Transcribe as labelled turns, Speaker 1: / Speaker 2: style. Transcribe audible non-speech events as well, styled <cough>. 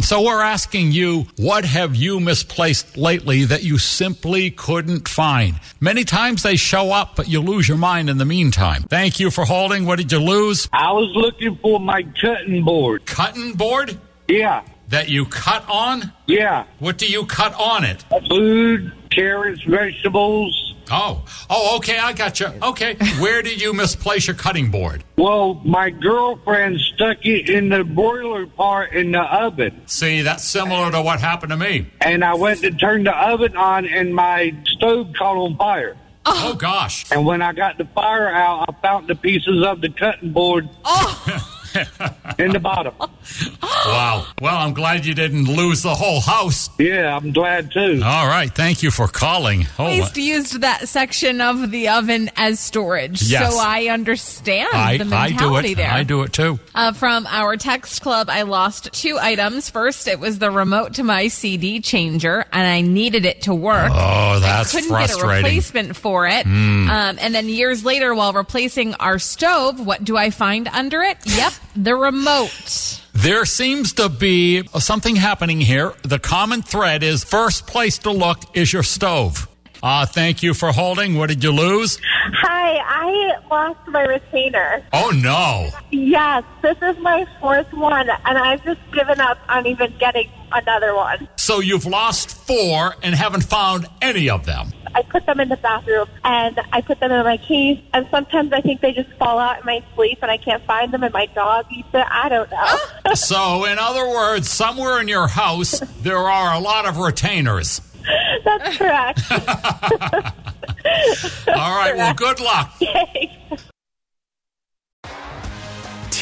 Speaker 1: So we're asking you, what have you misplaced lately that you simply couldn't find? Many times they show up, but you lose your mind in the meantime. Thank you for holding. What did you lose?
Speaker 2: I was looking for my cutting board.
Speaker 1: Cutting board?
Speaker 2: Yeah,
Speaker 1: That you cut on?
Speaker 2: yeah.
Speaker 1: What do you cut on it?
Speaker 2: Food, carrots, vegetables.
Speaker 1: Oh, oh, okay, I got you. Okay, where did you misplace your cutting board?
Speaker 2: Well, my girlfriend stuck it in the broiler part in the oven.
Speaker 1: See, that's similar to what happened to me.
Speaker 2: And I went to turn the oven on, and my stove caught on fire.
Speaker 1: Oh gosh.
Speaker 2: And when I got the fire out, I found the pieces of the cutting board <laughs> in the bottom.
Speaker 1: Wow. Well, I'm glad you didn't lose the whole house.
Speaker 2: Yeah, I'm glad too.
Speaker 1: All right, thank you for calling. Oh,
Speaker 3: Placed used that section of the oven as storage.
Speaker 1: Yes.
Speaker 3: So I understand
Speaker 1: I,
Speaker 3: the
Speaker 1: I do
Speaker 3: mentality
Speaker 1: it.
Speaker 3: there.
Speaker 1: I do it too.
Speaker 3: Uh, from our text club, I lost two items. First, it was the remote to my CD changer, and I needed it to work.
Speaker 1: Oh, that's
Speaker 3: Couldn't get a
Speaker 1: frustrating. Hmm.
Speaker 3: replacement for it. Um, and then years later, while replacing our stove, what do I find under it? Yep, the remote.
Speaker 1: There seems to be something happening here. The common thread is first place to look is your stove. Uh, thank you for holding. What did you lose?
Speaker 4: Hi, I lost my retainer.
Speaker 1: Oh, no.
Speaker 4: Yes, this is my fourth one, and I've just given up on even getting another one.
Speaker 1: So you've lost four and haven't found any
Speaker 4: <laughs>
Speaker 1: of them.
Speaker 4: I put them in the bathroom, and I put them in my case, and sometimes I think they just fall out in my sleep, and I can't find them, and my dog eats it. I don't
Speaker 1: <laughs>
Speaker 4: know.
Speaker 1: So, in other words, somewhere in your house, there are a lot of retainers.
Speaker 4: That's correct. <laughs>
Speaker 1: All right, well, good luck.